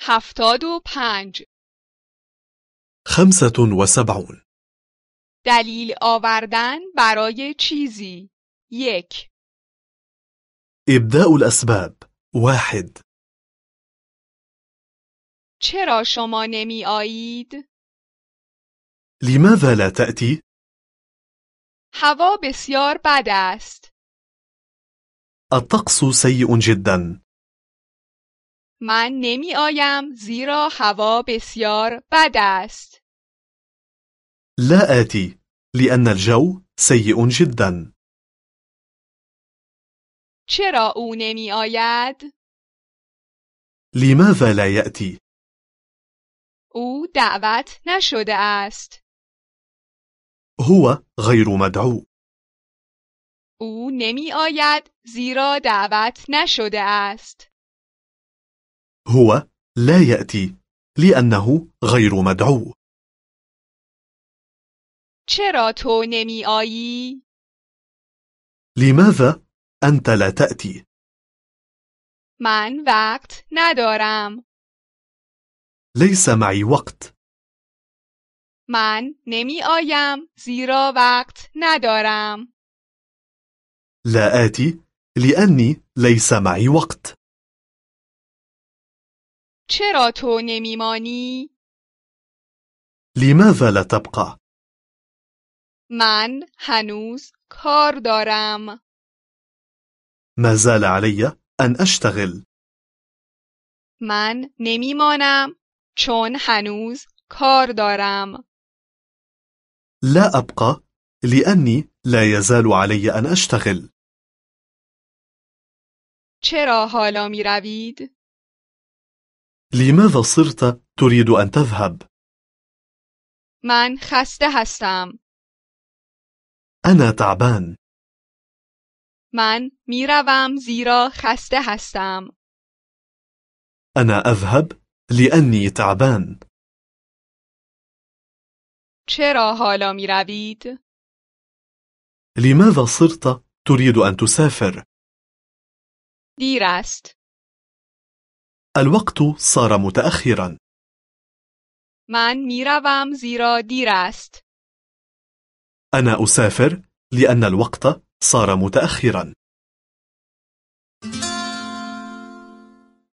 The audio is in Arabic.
هفتاد و پنج خمسة وسبعون دلیل آوردن برای چیزی یک إبداء الأسباب واحد چرا شما نمی آیید؟ لماذا لا تأتي؟ هوا بسیار بد است. الطقس سيء جدا من نمی آیم زیرا هوا بسیار بد است. لا آتي لأن الجو سيء جدا چرا او نمی آید؟ لماذا لا يأتي؟ او دعوت نشده است. هو غير مدعو او نمی آید زیرا دعوت نشده است. هو لا يأتي لأنه غير مدعو چرا تو نمی آیی؟ لماذا أنت لا تأتي؟ من وقت ندارم. ليس معي وقت من نمی آیم زیرا وقت ندارم. لا آتي لأني ليس معي وقت چرا تو نمیمانی؟ لماذا لا تبقى؟ من هنوز کار دارم. ما زال علي أن أشتغل من نمیمانم چون هنوز کار دارم. لا أبقى لأني لا يزال علي أن أشتغل چرا حالا می روید؟ لماذا صرت تريد أن تذهب؟ من خسته هستم. أنا تعبان من میروم زیرا خسته هستم. أنا أذهب لأني تعبان چرا حالا می روید؟ لماذا صرت تريد أن تسافر؟ دیر است. الوقت صار متأخرا من میروم زیرا دیر است. أنا أسافر لأن الوقت صار متأخرا